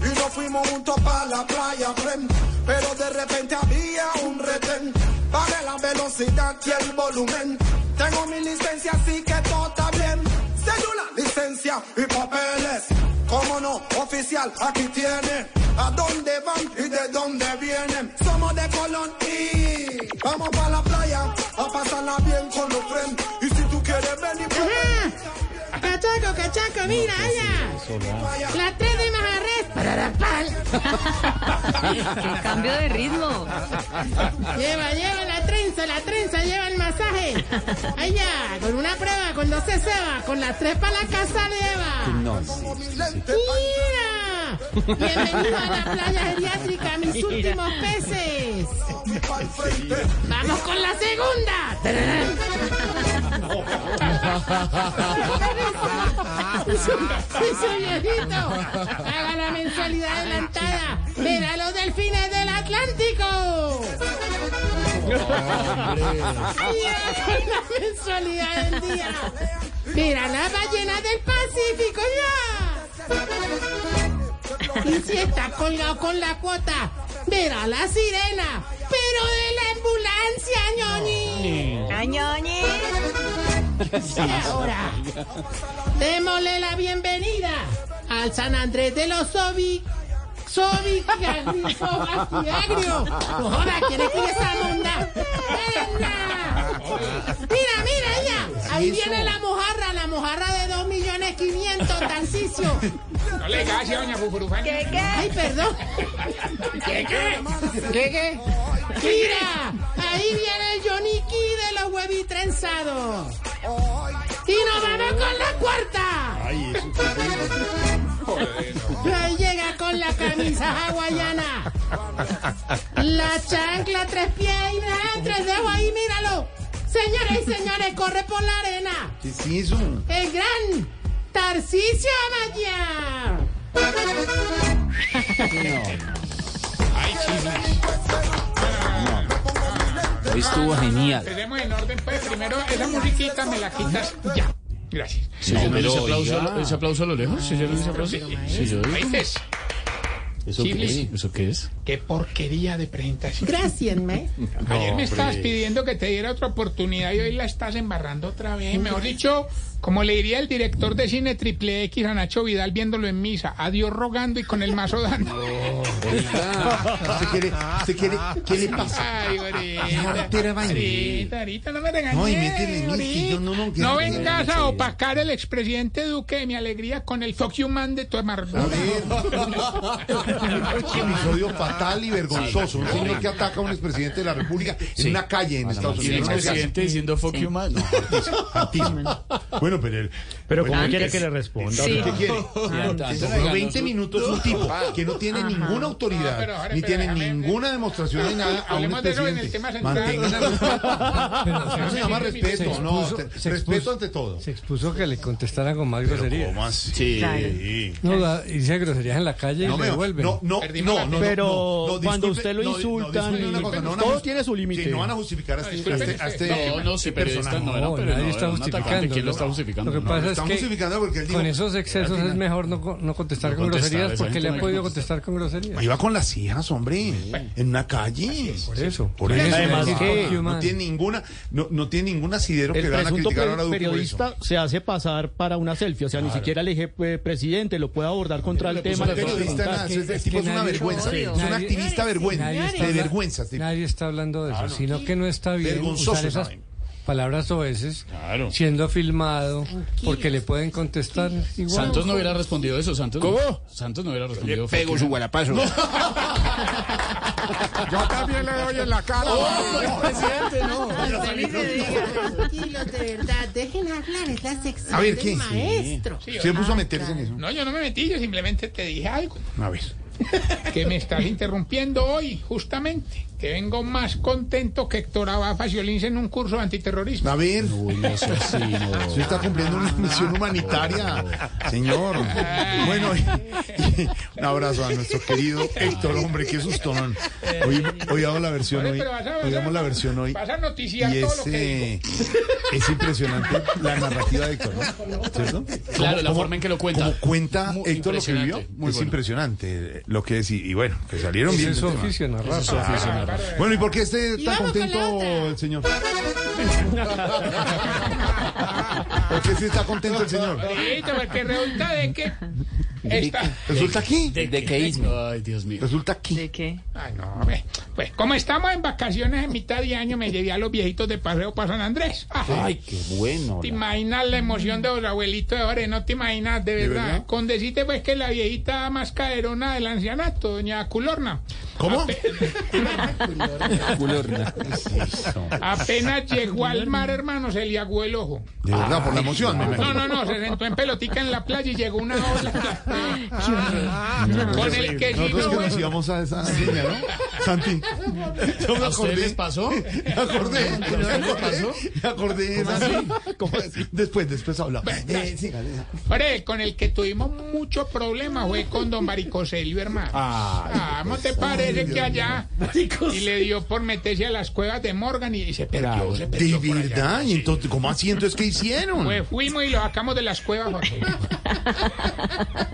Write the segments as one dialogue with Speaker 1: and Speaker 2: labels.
Speaker 1: y nos fuimos juntos para la playa, friend. Pero de repente había un retén. Para la velocidad y el volumen. Tengo mi licencia, así que todo está bien. Cédula, licencia y papeles. Cómo no, oficial, aquí tiene. ¿A dónde van y de dónde vienen? Somos de Colón y vamos para la playa a pasarla bien con los friends. Y si tú quieres venir,
Speaker 2: Ajá. Ah, Cachaco, cachaco, mira, allá. Las tres de Majarres.
Speaker 3: Cambio de ritmo.
Speaker 2: Lleva, lleva la trenza, la trenza, lleva el masaje. Allá, con una prueba, con dos se ceba, con las tres para la casa lleva.
Speaker 1: lente,
Speaker 2: ¡Mira! Bienvenido a la playa geriátrica, mis últimos peces.
Speaker 1: al frente.
Speaker 2: ¡Vamos con la segunda! ¡Ese viejito! ¡Haga la mensualidad adelantada! ¡Verá los delfines del Atlántico! ¡Allá con la mensualidad del día! ¡Verá las ballenas del Pacífico ya! Y si está colgado con la cuota, verá la sirena, pero de la ambulancia, ñoñi.
Speaker 3: Cañoñi.
Speaker 2: Y ahora, démosle la bienvenida al San Andrés de los Sobi. Sobi Agrio. Ahora, ¿quién es que esa onda? ¡Venga! Mira, mira, ya. Ahí viene la mojarra, la mojarra de 2 millones 500, Tarcicio.
Speaker 4: No le gase a doña Fufurufán.
Speaker 3: ¿Qué, qué?
Speaker 2: Ay, perdón.
Speaker 4: ¿Qué, qué?
Speaker 2: ¿Qué, qué? Mira, ahí viene el Yoniki de los huevis trenzados. Y nos vamos con la cuarta. Ahí llega con la camisa hawaiana. La chancla tres pies y nada, tres dedos ahí, míralo. Señores y señores, corre por la arena. ¿Qué es eso? El gran Tarcisio Amaya.
Speaker 5: Estuvo genial.
Speaker 4: Tenemos en orden, pues. Primero, esa musiquita me la quitas ya. Gracias.
Speaker 5: Sí, pero oiga.
Speaker 6: ¿Ese aplauso a lo lejos? ¿Sí, ese aplauso? Sí, yo oí.
Speaker 4: ¿Oíces?
Speaker 6: ¿Eso qué? ¿Eso qué es?
Speaker 4: Qué porquería de presentación.
Speaker 2: Gracias, me.
Speaker 4: Ayer me estabas pidiendo que te diera otra oportunidad y hoy la estás embarrando otra vez. Mejor dicho, como le diría el director de cine Triple X a Nacho Vidal viéndolo en misa, adiós rogando y con el mazo dando.
Speaker 7: ¿Usted quiere, usted quiere, qué le pasa?
Speaker 4: Ay, ahorita.
Speaker 7: te la bañé.
Speaker 4: Ahorita, ahorita no me regañes.
Speaker 7: No, y métele, no,
Speaker 4: ahorita.
Speaker 7: es que yo no, no, que-
Speaker 4: No vengas a opacar el expresidente Duque de mi alegría con el fuck you man de tu amargura.
Speaker 7: Un episodio fatal y vergonzoso. Un señor que ataca a un expresidente de la República en una calle en Estados
Speaker 6: Y el
Speaker 7: Unidos. No se hace.
Speaker 6: presidente diciendo fuck you man. No,
Speaker 7: Bueno, pero él.
Speaker 8: Pero ¿cómo quiere que le responda?
Speaker 3: Sí.
Speaker 7: ¿Qué quiere? Duró 20 minutos un tipo que no tiene ninguna
Speaker 4: No, pero
Speaker 7: autoridad,
Speaker 4: ahora,
Speaker 7: ni
Speaker 4: espera,
Speaker 7: tiene
Speaker 4: déjame-
Speaker 7: ninguna demostración de nada a un
Speaker 4: Hablemos de eso en el
Speaker 7: expresidente.
Speaker 4: tema central.
Speaker 7: Mantenga el respeto. Eso se llama
Speaker 4: Se
Speaker 7: respeto, no.
Speaker 8: expuso-
Speaker 7: te-
Speaker 8: se
Speaker 7: Respeto
Speaker 8: expuso.
Speaker 7: ante todo.
Speaker 8: Se expuso que le contestara con más groserías.
Speaker 7: así?
Speaker 3: Claro.
Speaker 8: No, da- dice groserías en la calle
Speaker 7: No
Speaker 8: y
Speaker 7: me
Speaker 8: le devuelven.
Speaker 7: No, no,
Speaker 4: Perdimos la
Speaker 7: no, no,
Speaker 8: Pero
Speaker 7: no, no,
Speaker 8: cuando
Speaker 7: disculpe,
Speaker 8: usted lo
Speaker 7: no, no,
Speaker 8: insultan,
Speaker 7: disculpe una cosa, no van a
Speaker 8: todo
Speaker 7: justi-
Speaker 8: tiene su límite.
Speaker 7: Sí, no van a justificar a este,
Speaker 4: No,
Speaker 7: a este, a este-
Speaker 4: disculpe.
Speaker 6: no, no, si periodista no era,
Speaker 8: No,
Speaker 6: pero
Speaker 8: nadie
Speaker 6: no,
Speaker 8: está
Speaker 6: era un atacante.
Speaker 8: justificando.
Speaker 6: ¿Quién lo
Speaker 8: Lo-
Speaker 6: está justificando?
Speaker 8: lo que pasa es
Speaker 7: están
Speaker 8: que
Speaker 7: justificando porque él dijo,
Speaker 8: con esos excesos es mejor no, co- no contestar con
Speaker 6: contestar,
Speaker 8: groserías
Speaker 6: esa
Speaker 8: porque
Speaker 6: gente
Speaker 8: le
Speaker 6: no
Speaker 8: ha
Speaker 6: hay
Speaker 8: podido
Speaker 6: que
Speaker 8: contestar
Speaker 6: contestar.
Speaker 8: con groserías.
Speaker 7: iba con las hijas, hombre, en una calle.
Speaker 8: Por eso.
Speaker 7: Por eso,
Speaker 8: Además
Speaker 7: decir,
Speaker 8: que-
Speaker 7: fuck you, man. no tiene ninguna, no, no tiene ningún asidero que
Speaker 8: El
Speaker 7: le van a
Speaker 8: presunto
Speaker 7: criticar
Speaker 8: per-
Speaker 7: ahora a Duque por
Speaker 8: periodista
Speaker 7: eso.
Speaker 8: se hace pasar para una selfie, o sea, ni siquiera el eje pues, presidente lo puede abordar contra el tema.
Speaker 7: El periodista, nada,
Speaker 8: que-
Speaker 7: ese- ese
Speaker 8: es
Speaker 7: tipo
Speaker 8: que
Speaker 7: es una
Speaker 8: nadie-
Speaker 7: vergüenza,
Speaker 3: nadie-
Speaker 7: es un
Speaker 8: nadie-
Speaker 7: activista vergüenza,
Speaker 8: nadie
Speaker 7: de
Speaker 8: está-
Speaker 7: vergüenza. este tipo.
Speaker 8: Nadie está hablando de eso, sino que no está bien
Speaker 7: Vergonzoso
Speaker 8: usar
Speaker 7: esa
Speaker 8: esas
Speaker 7: vaina.
Speaker 9: palabras oeces, siendo filmado, porque le pueden contestar igual.
Speaker 6: Santos no hubiera respondido eso, Santos.
Speaker 9: ¿Cómo?
Speaker 6: Santos no hubiera respondido.
Speaker 9: pego su
Speaker 6: guarapazo.
Speaker 1: Yo también le doy en la cara.
Speaker 6: presidente, no.
Speaker 2: Tranquilos, de verdad, dejen hablar, es la sección
Speaker 7: A ver,
Speaker 2: del
Speaker 7: ¿quién?
Speaker 2: maestro.
Speaker 7: Sí. Se puso a meterse en eso.
Speaker 4: No, yo no me metí, yo simplemente te dije algo.
Speaker 7: A ver.
Speaker 4: que me estás interrumpiendo hoy, justamente. Que vengo más contento que Héctor Abafa Ciolince en un curso de antiterrorismo.
Speaker 7: A ver. Usted está cumpliendo una misión humanitaria, señor. Bueno, y- y un abrazo a nuestro querido Héctor, hombre, qué sustón. Hoy, hoy hago la versión hoy. Hoy damos la versión hoy.
Speaker 4: Vas a
Speaker 7: Y
Speaker 4: noticiar todo
Speaker 7: es,
Speaker 4: lo que
Speaker 7: eh, es impresionante la narrativa de Héctor, ¿no? ¿Cierto?
Speaker 6: Claro,
Speaker 7: Cómo-
Speaker 6: la
Speaker 7: cómo-
Speaker 6: forma en que lo cuenta.
Speaker 7: cómo cuenta
Speaker 6: Muy
Speaker 7: Héctor lo que
Speaker 6: impresionante,
Speaker 7: vivió.
Speaker 6: muy
Speaker 7: es
Speaker 6: bueno.
Speaker 7: impresionante eh, lo que es. Y, y bueno, que salieron
Speaker 9: Ese
Speaker 7: bien.
Speaker 9: es
Speaker 7: del
Speaker 9: su
Speaker 7: tema.
Speaker 9: oficio, narrar.
Speaker 7: Ese es su oficio,
Speaker 9: Ah,
Speaker 7: narrar. Bueno, ¿y por qué esté
Speaker 9: Y
Speaker 7: tan
Speaker 9: vamos con la
Speaker 7: contento el señor? ¿Por qué sí está contento el señor?
Speaker 4: Sí, porque resulta de que esta-
Speaker 7: ¿Resulta aquí? ¿De,
Speaker 6: Ay, Dios mío.
Speaker 7: ¿Resulta aquí?
Speaker 4: ¿De qué? Ay, no, ve. Pues como estamos en vacaciones en mitad de año, me llevé a los viejitos de paseo para San Andrés. Ah,
Speaker 5: Ay, qué bueno.
Speaker 4: ¿Te imaginas la emoción de los abuelitos de ahora? No te imaginas, de
Speaker 5: ¿De
Speaker 4: verdad.
Speaker 5: verdad?
Speaker 4: Con decirte pues que la viejita más caderona del ancianato, doña Culorna.
Speaker 7: ¿Cómo?
Speaker 4: Apenas llegó al mar, hermano, se le aguó el ojo.
Speaker 7: De verdad, por la emoción, me
Speaker 4: No,
Speaker 7: imagino.
Speaker 4: no, no, se sentó en pelotica en la playa y llegó una ola. Con el que eh.
Speaker 7: Nosotros
Speaker 4: siguió,
Speaker 7: que nos íbamos a esa niña, ¿no? Santi. Yo me
Speaker 6: ¿A ustedes
Speaker 7: acordé.
Speaker 6: les pasó?
Speaker 7: Me acordé.
Speaker 6: ¿A ustedes
Speaker 7: Me
Speaker 6: les pasó?
Speaker 7: acordé. Me acordé. de esa- ¿Cómo así? Después, después hablamos. Eh, sígale.
Speaker 4: Hombre, con el que tuvimos mucho problema fue con don Baricoselio, hermano. Ah, ¿cómo te parece que allá y le dio por meterse a las cuevas de Morgan y se perdió? se perdió
Speaker 7: De
Speaker 4: por allá.
Speaker 7: verdad, y entonces, ¿cómo así? Entonces, ¿qué hicieron?
Speaker 4: Pues fuimos y lo sacamos de las cuevas, Jorge.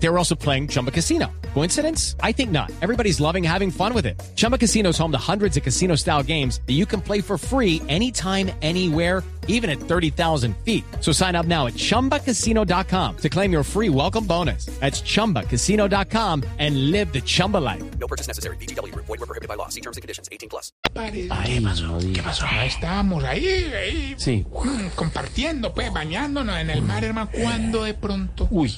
Speaker 10: They were also playing Chumba Casino. Coincidence? I think not. Everybody's loving having fun with it. Chumba Casino is home to hundreds of casino style games that you can play for free anytime, anywhere, even at 30,000 feet. So sign up now at chumbacasino.com to claim your free welcome bonus. That's chumbacasino.com and live the Chumba life.
Speaker 11: No purchase necessary. BGW. Void were prohibited by law. See terms and conditions. 18 plus.
Speaker 4: ¿Qué pasó? ¿Qué pasó? Ahí estábamos, ahí, ahí.
Speaker 5: Sí.
Speaker 4: mm, Compartiendo, pues, bañándonos en el mar, hermano. Cuando de pronto. Uy.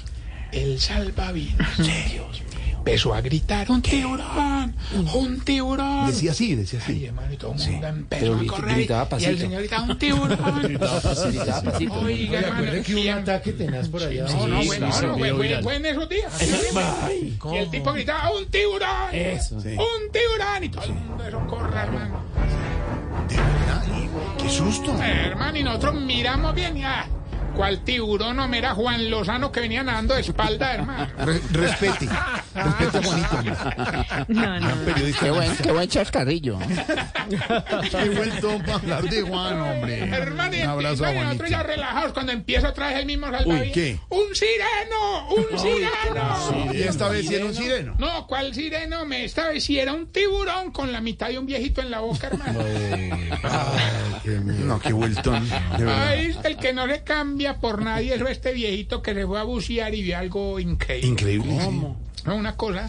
Speaker 4: El salvavidas. Dios mío. Empezó a gritar: ¡Un tiburón! ¡Un tiburón!
Speaker 7: Decía así, decía así.
Speaker 4: hermano, y todo el mundo empezó
Speaker 5: pero
Speaker 4: a
Speaker 5: gri-
Speaker 4: correr.
Speaker 5: gritaba
Speaker 4: y el
Speaker 5: pasito.
Speaker 4: señor gritaba, un tiburón.
Speaker 5: Facilitaba pasito.
Speaker 4: Oiga, hermano,
Speaker 9: que hubo un ataque tenaz por allá.
Speaker 4: no, no,
Speaker 6: Sí,
Speaker 4: bueno,
Speaker 6: sí, se
Speaker 4: no,
Speaker 6: volvió
Speaker 4: fue- fue,
Speaker 6: viral.
Speaker 4: fue en esos días. Y el tipo gritaba, ¡un tiburón!
Speaker 5: Eso,
Speaker 7: sí.
Speaker 4: ¡Un tiburón! Y todo el mundo eso corre, hermano.
Speaker 7: De verdad, y- qué susto.
Speaker 4: Eh, hermano, y nosotros miramos bien y ah, cual tiburón no era Juan Lozano que venía nadando de espalda, hermano.
Speaker 7: Re- respete. Respete a Juanito. hombre.
Speaker 3: No, no.
Speaker 7: Gran periodista.
Speaker 12: qué buen chascarrillo.
Speaker 7: Qué vuelto para hablar de Juan, hombre.
Speaker 4: Hermano, y
Speaker 7: Un abrazo a
Speaker 4: y
Speaker 7: Juanito.
Speaker 4: nosotros ya relajados cuando empieza otra vez el mismo salvavidas.
Speaker 7: Uy, ¿qué?
Speaker 4: ¡Un sireno! ¡Un sireno!
Speaker 7: Y esta vez sí era un sireno.
Speaker 4: No, ¿cuál sireno? Me esta vez si era un tiburón con la mitad de un viejito en la boca, hermano.
Speaker 7: No, qué vueltón. De verdad.
Speaker 4: Ay, el que no le cambia por nadie es este viejito que se fue a bucear y vio algo increíble.
Speaker 7: Increíble. sí.
Speaker 4: No, una cosa,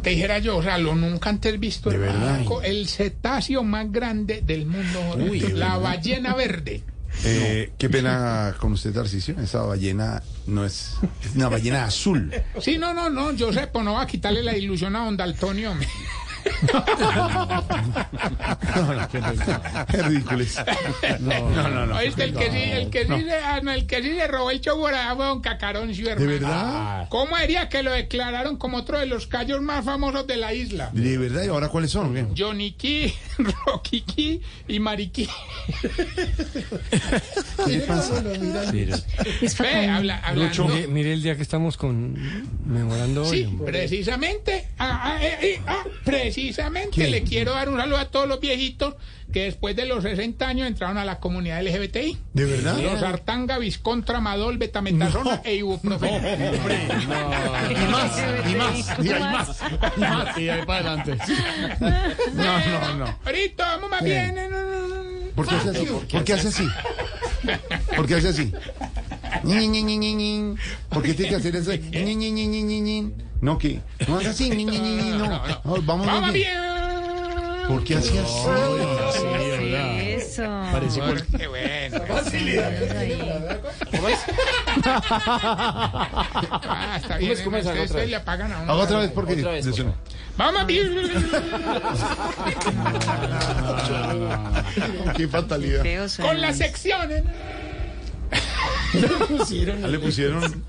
Speaker 4: te dijera yo, o sea, lo nunca antes visto.
Speaker 7: De
Speaker 4: hermano.
Speaker 7: verdad.
Speaker 4: Co- El cetáceo más grande del mundo, Jorge.
Speaker 7: Uy, de
Speaker 4: la
Speaker 7: verdad.
Speaker 4: ballena verde.
Speaker 7: Eh, Qué pena con usted, Tarcisio. Esa ballena no es. Es una ballena azul.
Speaker 4: Sí, no, no, no, yo sé, pues no va a quitarle la ilusión a Don Daltonio. hombre.
Speaker 7: No, no, qué ridículos. No, no, no.
Speaker 4: No, este, el que sí, el que sí, se, ah, no, el que sí se robó el choborado fue Don Cacarón, su hermano.
Speaker 7: verdad?
Speaker 4: ¿Cómo haría que lo declararon como otro de los callos más famosos de la isla?
Speaker 7: De verdad, ¿y ahora cuáles son? ¿Qué?
Speaker 4: Johnny Key, Rocky Key y Mariquí.
Speaker 7: ¿Qué le pasa? eh,
Speaker 4: Ve, habla, hablando.
Speaker 9: Mire, mire el día que estamos con memorando hoy.
Speaker 4: Sí,
Speaker 9: hombre.
Speaker 4: precisamente, ah, ah, eh, eh, ah, precisamente le quiero dar un saludo a todos los viejitos que después de los 60 años entraron a la comunidad LGBTI.
Speaker 7: ¿De verdad?
Speaker 4: Los Artanga, Viscón, Tramadol, Betametasona e Ibuprofeno.
Speaker 7: Y más, y más, y hay más.
Speaker 6: Y ahí para adelante.
Speaker 7: No, no, no.
Speaker 4: Ahorita vamos más
Speaker 7: Sí.
Speaker 4: bien. eh, en un-
Speaker 7: ¿Por qué hace así? ¿Por qué hace así? ¿Por qué hace así? Ñin, ñin, ñin, ñin, ñin. ¿Por qué tiene que hacer eso? Ñin, ñin, ñin, ñin, ñin, ñin. No, que no hace así. Ñin, ñin, ñin, ñin, no. No, vamos
Speaker 4: Vamos
Speaker 7: muy bien.
Speaker 4: bien.
Speaker 7: ¿Por qué hace así?
Speaker 3: Eso.
Speaker 7: Parece cual-
Speaker 4: Qué bueno. Ah, está bien.
Speaker 6: ¿Cómo es?
Speaker 4: ¿no?
Speaker 6: Haga
Speaker 4: Ustedes
Speaker 6: otra vez.
Speaker 4: le apagan a uno.
Speaker 7: Haga otra vez porque le suena.
Speaker 4: Vamos bien.
Speaker 7: Ah, Qué fatalidad.
Speaker 4: Con las secciones.
Speaker 7: Ah, Le pusieron. Le pusieron.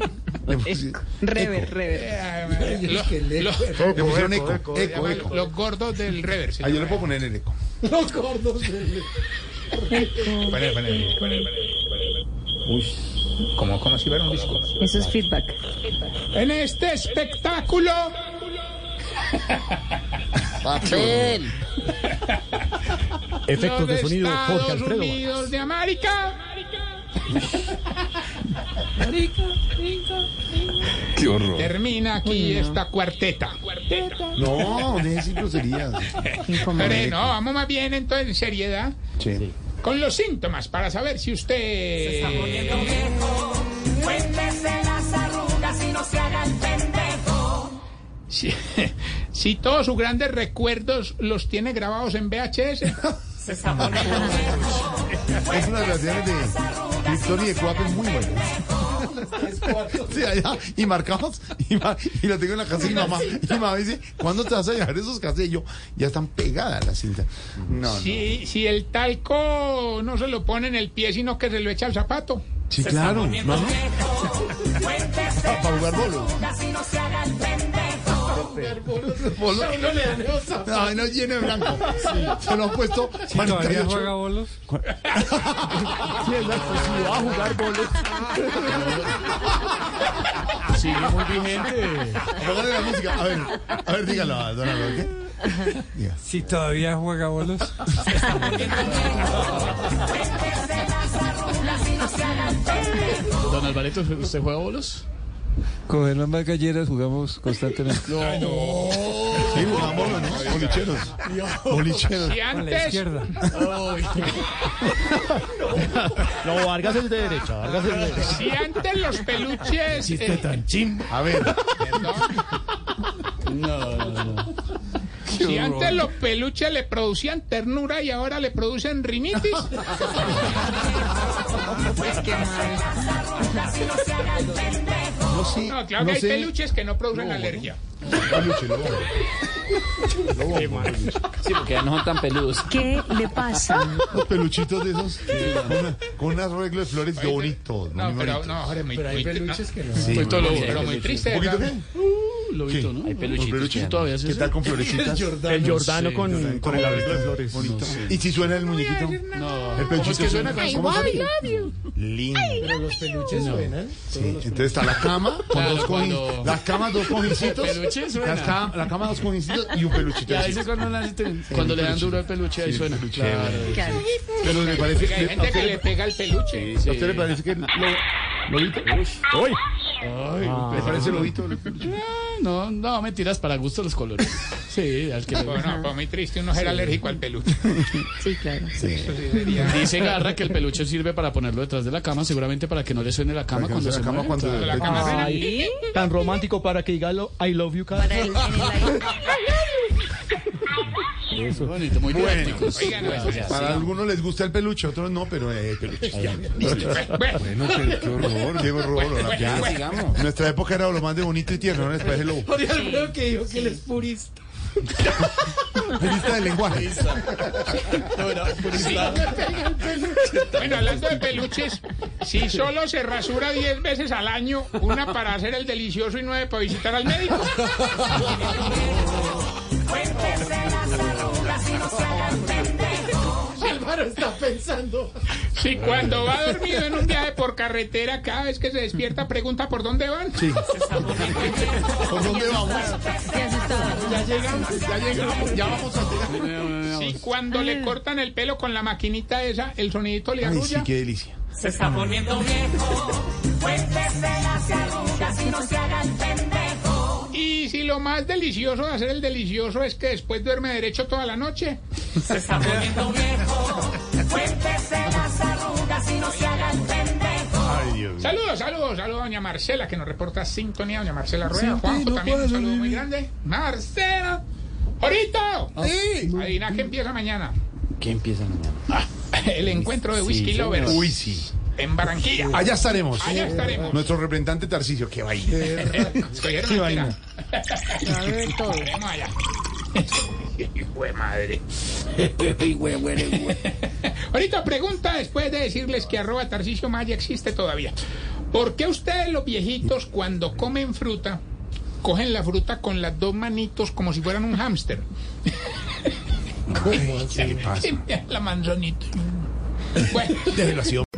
Speaker 3: Rever, rever.
Speaker 4: Los- los-
Speaker 7: Le pusieron eco, eco, eco.
Speaker 4: Los gordos del reverse.
Speaker 7: Ah, yo le puedo poner el eco.
Speaker 4: Los gordos del Vale, vale, vale, Uy, como, como si fuera un disco.
Speaker 3: Eso es feedback.
Speaker 4: En este espectáculo.
Speaker 13: Papel.
Speaker 4: los Estados Unidos de América.
Speaker 7: Qué horror.
Speaker 4: Termina aquí esta cuarteta.
Speaker 7: No, deje sin groserías.
Speaker 4: Pero no, vamos más bien entonces en seriedad.
Speaker 7: Sí.
Speaker 4: Con los síntomas para saber si usted. eh,
Speaker 1: Cuéntese las arrugas y no se haga el pendejo.
Speaker 4: Si, si todos sus grandes recuerdos los tiene grabados en VHS.
Speaker 7: Es una de las canciones de Victoria y de Cuape muy buena. Sí, allá, y marcamos, y, ma- y la tengo en la casa de mi mamá. Y mi mamá dice, ¿cuándo te vas a llevar esos casetes? Y yo, ya están pegadas las cintas. No, no. Sí,
Speaker 4: si, si el talco no se lo pone en el pie, sino que se lo echa al zapato.
Speaker 7: claro. No, no. Ah, Para jugar bolo. Bolo. No, no, lleno de blanco. Se lo han puesto
Speaker 9: ¿Todavía
Speaker 7: 48.
Speaker 9: juega bolos?
Speaker 7: va a jugar bolos.
Speaker 6: Sigue muy vigente.
Speaker 7: Póngale la música. A ver, a ver, dígalo, don Álvaro, ¿qué?
Speaker 9: Si todavía juega bolos.
Speaker 6: Don Alvareto, ¿usted juega bolos?
Speaker 9: Con las más galleras jugamos constantemente.
Speaker 7: Sí, jugaban bolos, ¿no? Bolicheros. Bolicheros.
Speaker 4: Si
Speaker 9: Con la
Speaker 4: antes,
Speaker 9: izquierda.
Speaker 8: No, Vargas es de derecha, Vargas es de derecha.
Speaker 4: si antes los peluches. eh,
Speaker 6: tan chimba.
Speaker 7: A ver,
Speaker 6: No, no, no.
Speaker 4: si antes los peluches le producían ternura y ahora le producen rinitis.
Speaker 7: no sé.
Speaker 4: No, claro que hay
Speaker 7: sé.
Speaker 4: peluches que no producen alergia.
Speaker 7: Peluche, lo bombo. Lo bombo, peluche.
Speaker 5: Sí, porque ya no son tan peludos.
Speaker 3: ¿Qué le pasa?
Speaker 7: Los peluchitos de esos. con una- Con un arreglo de flores de bonitos.
Speaker 4: No, pero no, Jorge, muy,
Speaker 6: Pero hay
Speaker 4: muy-
Speaker 6: peluches que no.
Speaker 7: Sí,
Speaker 6: Pues todo
Speaker 7: muy
Speaker 6: lo-
Speaker 7: bonito.
Speaker 4: pero muy triste.
Speaker 7: ¿Un poquito
Speaker 4: ¿verdad?
Speaker 7: qué?
Speaker 6: Lobito,
Speaker 7: ¿Qué?
Speaker 6: ¿no?
Speaker 5: Hay peluchitos que
Speaker 6: todavía se
Speaker 7: ¿Qué tal con florecitas?
Speaker 6: El Jordano con,
Speaker 7: Con el arreglo de flores. Bonito. ¿Y si suena el muñequito?
Speaker 6: No.
Speaker 7: El
Speaker 6: ¿Cómo
Speaker 7: peluchito
Speaker 6: es que suena?
Speaker 7: ¿Cómo Lindo.
Speaker 9: Los peluches suenan.
Speaker 7: Sí, Entonces está la cama con
Speaker 6: Claro,
Speaker 7: dos cojines.
Speaker 6: cuando-
Speaker 7: Las camas, dos cojincitos.
Speaker 6: peluche suena.
Speaker 7: Las cam- la cama, dos cojincitos y un peluchito.
Speaker 6: Y a
Speaker 7: así.
Speaker 6: veces cuando, las- cuando le dan duro al peluche, ahí
Speaker 7: Sí,
Speaker 6: suena.
Speaker 7: peluche.
Speaker 6: Claro.
Speaker 3: Claro.
Speaker 7: Pero le parece
Speaker 4: Hay
Speaker 7: que. ¿A
Speaker 4: gente que
Speaker 7: usted
Speaker 4: le
Speaker 7: le-
Speaker 4: pega el peluche.
Speaker 7: a usted le parece que. Lo, ¿Lobito?
Speaker 6: ¡Uy!
Speaker 7: ¿Le parece lobito?
Speaker 6: Ah, No, no, mentiras, para gusto los colores. Sí, al que le-
Speaker 4: Bueno, para muy triste uno ser alérgico al peluche.
Speaker 3: Sí, claro.
Speaker 6: Dice Garra que el peluche sirve para ponerlo detrás de la cama, seguramente para que no le suene la cama
Speaker 7: Para que
Speaker 6: cuando
Speaker 7: no suene
Speaker 6: se
Speaker 7: la cama
Speaker 6: mueve. Claro.
Speaker 7: cuando-
Speaker 4: La cama suena.
Speaker 9: Ay, tan romántico para que diga lo- I love you,
Speaker 3: Para
Speaker 9: cara.
Speaker 3: el, en el
Speaker 6: Muy bonito, muy
Speaker 7: Bueno,
Speaker 6: didáctico.
Speaker 4: oigan, no, eso ya-
Speaker 7: Para algunos les gusta el peluche, otros no, pero eh, peluche.
Speaker 4: Bueno,
Speaker 7: Bueno, qué, qué horror. Qué horror. ahora
Speaker 5: Ya,
Speaker 7: ya.
Speaker 5: sigamos.
Speaker 7: Nuestra época era lo más de bonito y tierno, ahora les parece lo
Speaker 9: creo que dijo que él es purista.
Speaker 7: purista del lenguaje.
Speaker 4: Bueno, hablando de peluches, si solo se rasura 10 veces al año, una para hacer el delicioso y nueve para visitar al médico.
Speaker 9: Álvaro está pensando.
Speaker 4: Si cuando va dormido en un viaje por carretera, cada vez que se despierta pregunta por dónde van.
Speaker 7: ¿Por dónde vamos?
Speaker 3: asustado.
Speaker 7: Ya llegamos, ya vamos a llegar.
Speaker 4: Si cuando le cortan el pelo con la maquinita esa, el sonidito le
Speaker 7: Ay, sí,
Speaker 4: arrulla.
Speaker 7: qué delicia.
Speaker 1: Se está poniendo viejo. Cuéntese las arrugas y no se haga el pendejo.
Speaker 4: Y si lo más delicioso de hacer el delicioso es que después duerme derecho toda la noche. Se está poniendo viejo.
Speaker 12: Cuéntese las arrugas y no se haga el pendejo.
Speaker 4: Saludos, saludos, saludos a doña Marcela que nos reporta sintonía, doña Marcela
Speaker 12: Sí,
Speaker 4: Rueda, Juanjo
Speaker 12: no
Speaker 4: también un
Speaker 12: puedes,
Speaker 4: saludo
Speaker 12: Olivia.
Speaker 4: muy grande. Marcela, ahorita, sí. adivina qué empieza mañana, Ah,
Speaker 5: ¿Qué empieza mañana?
Speaker 4: el encuentro de Whisky Lovers.
Speaker 7: Uy, sí.
Speaker 4: En Barranquilla.
Speaker 7: Allá estaremos.
Speaker 4: Allá estaremos.
Speaker 7: Nuestro representante Tarcicio, qué vaina.
Speaker 4: Escogieron
Speaker 7: Qué
Speaker 4: la
Speaker 7: vaina.
Speaker 4: tira. Veremos allá. Hijo de madre. Ahorita pregunta después de decirles que arroba Tarcisio Maya existe todavía. ¿Por qué ustedes los viejitos cuando comen fruta cogen la fruta con las dos manitos como si fueran un hámster?
Speaker 7: ¿Qué pasa?
Speaker 4: la manzanita.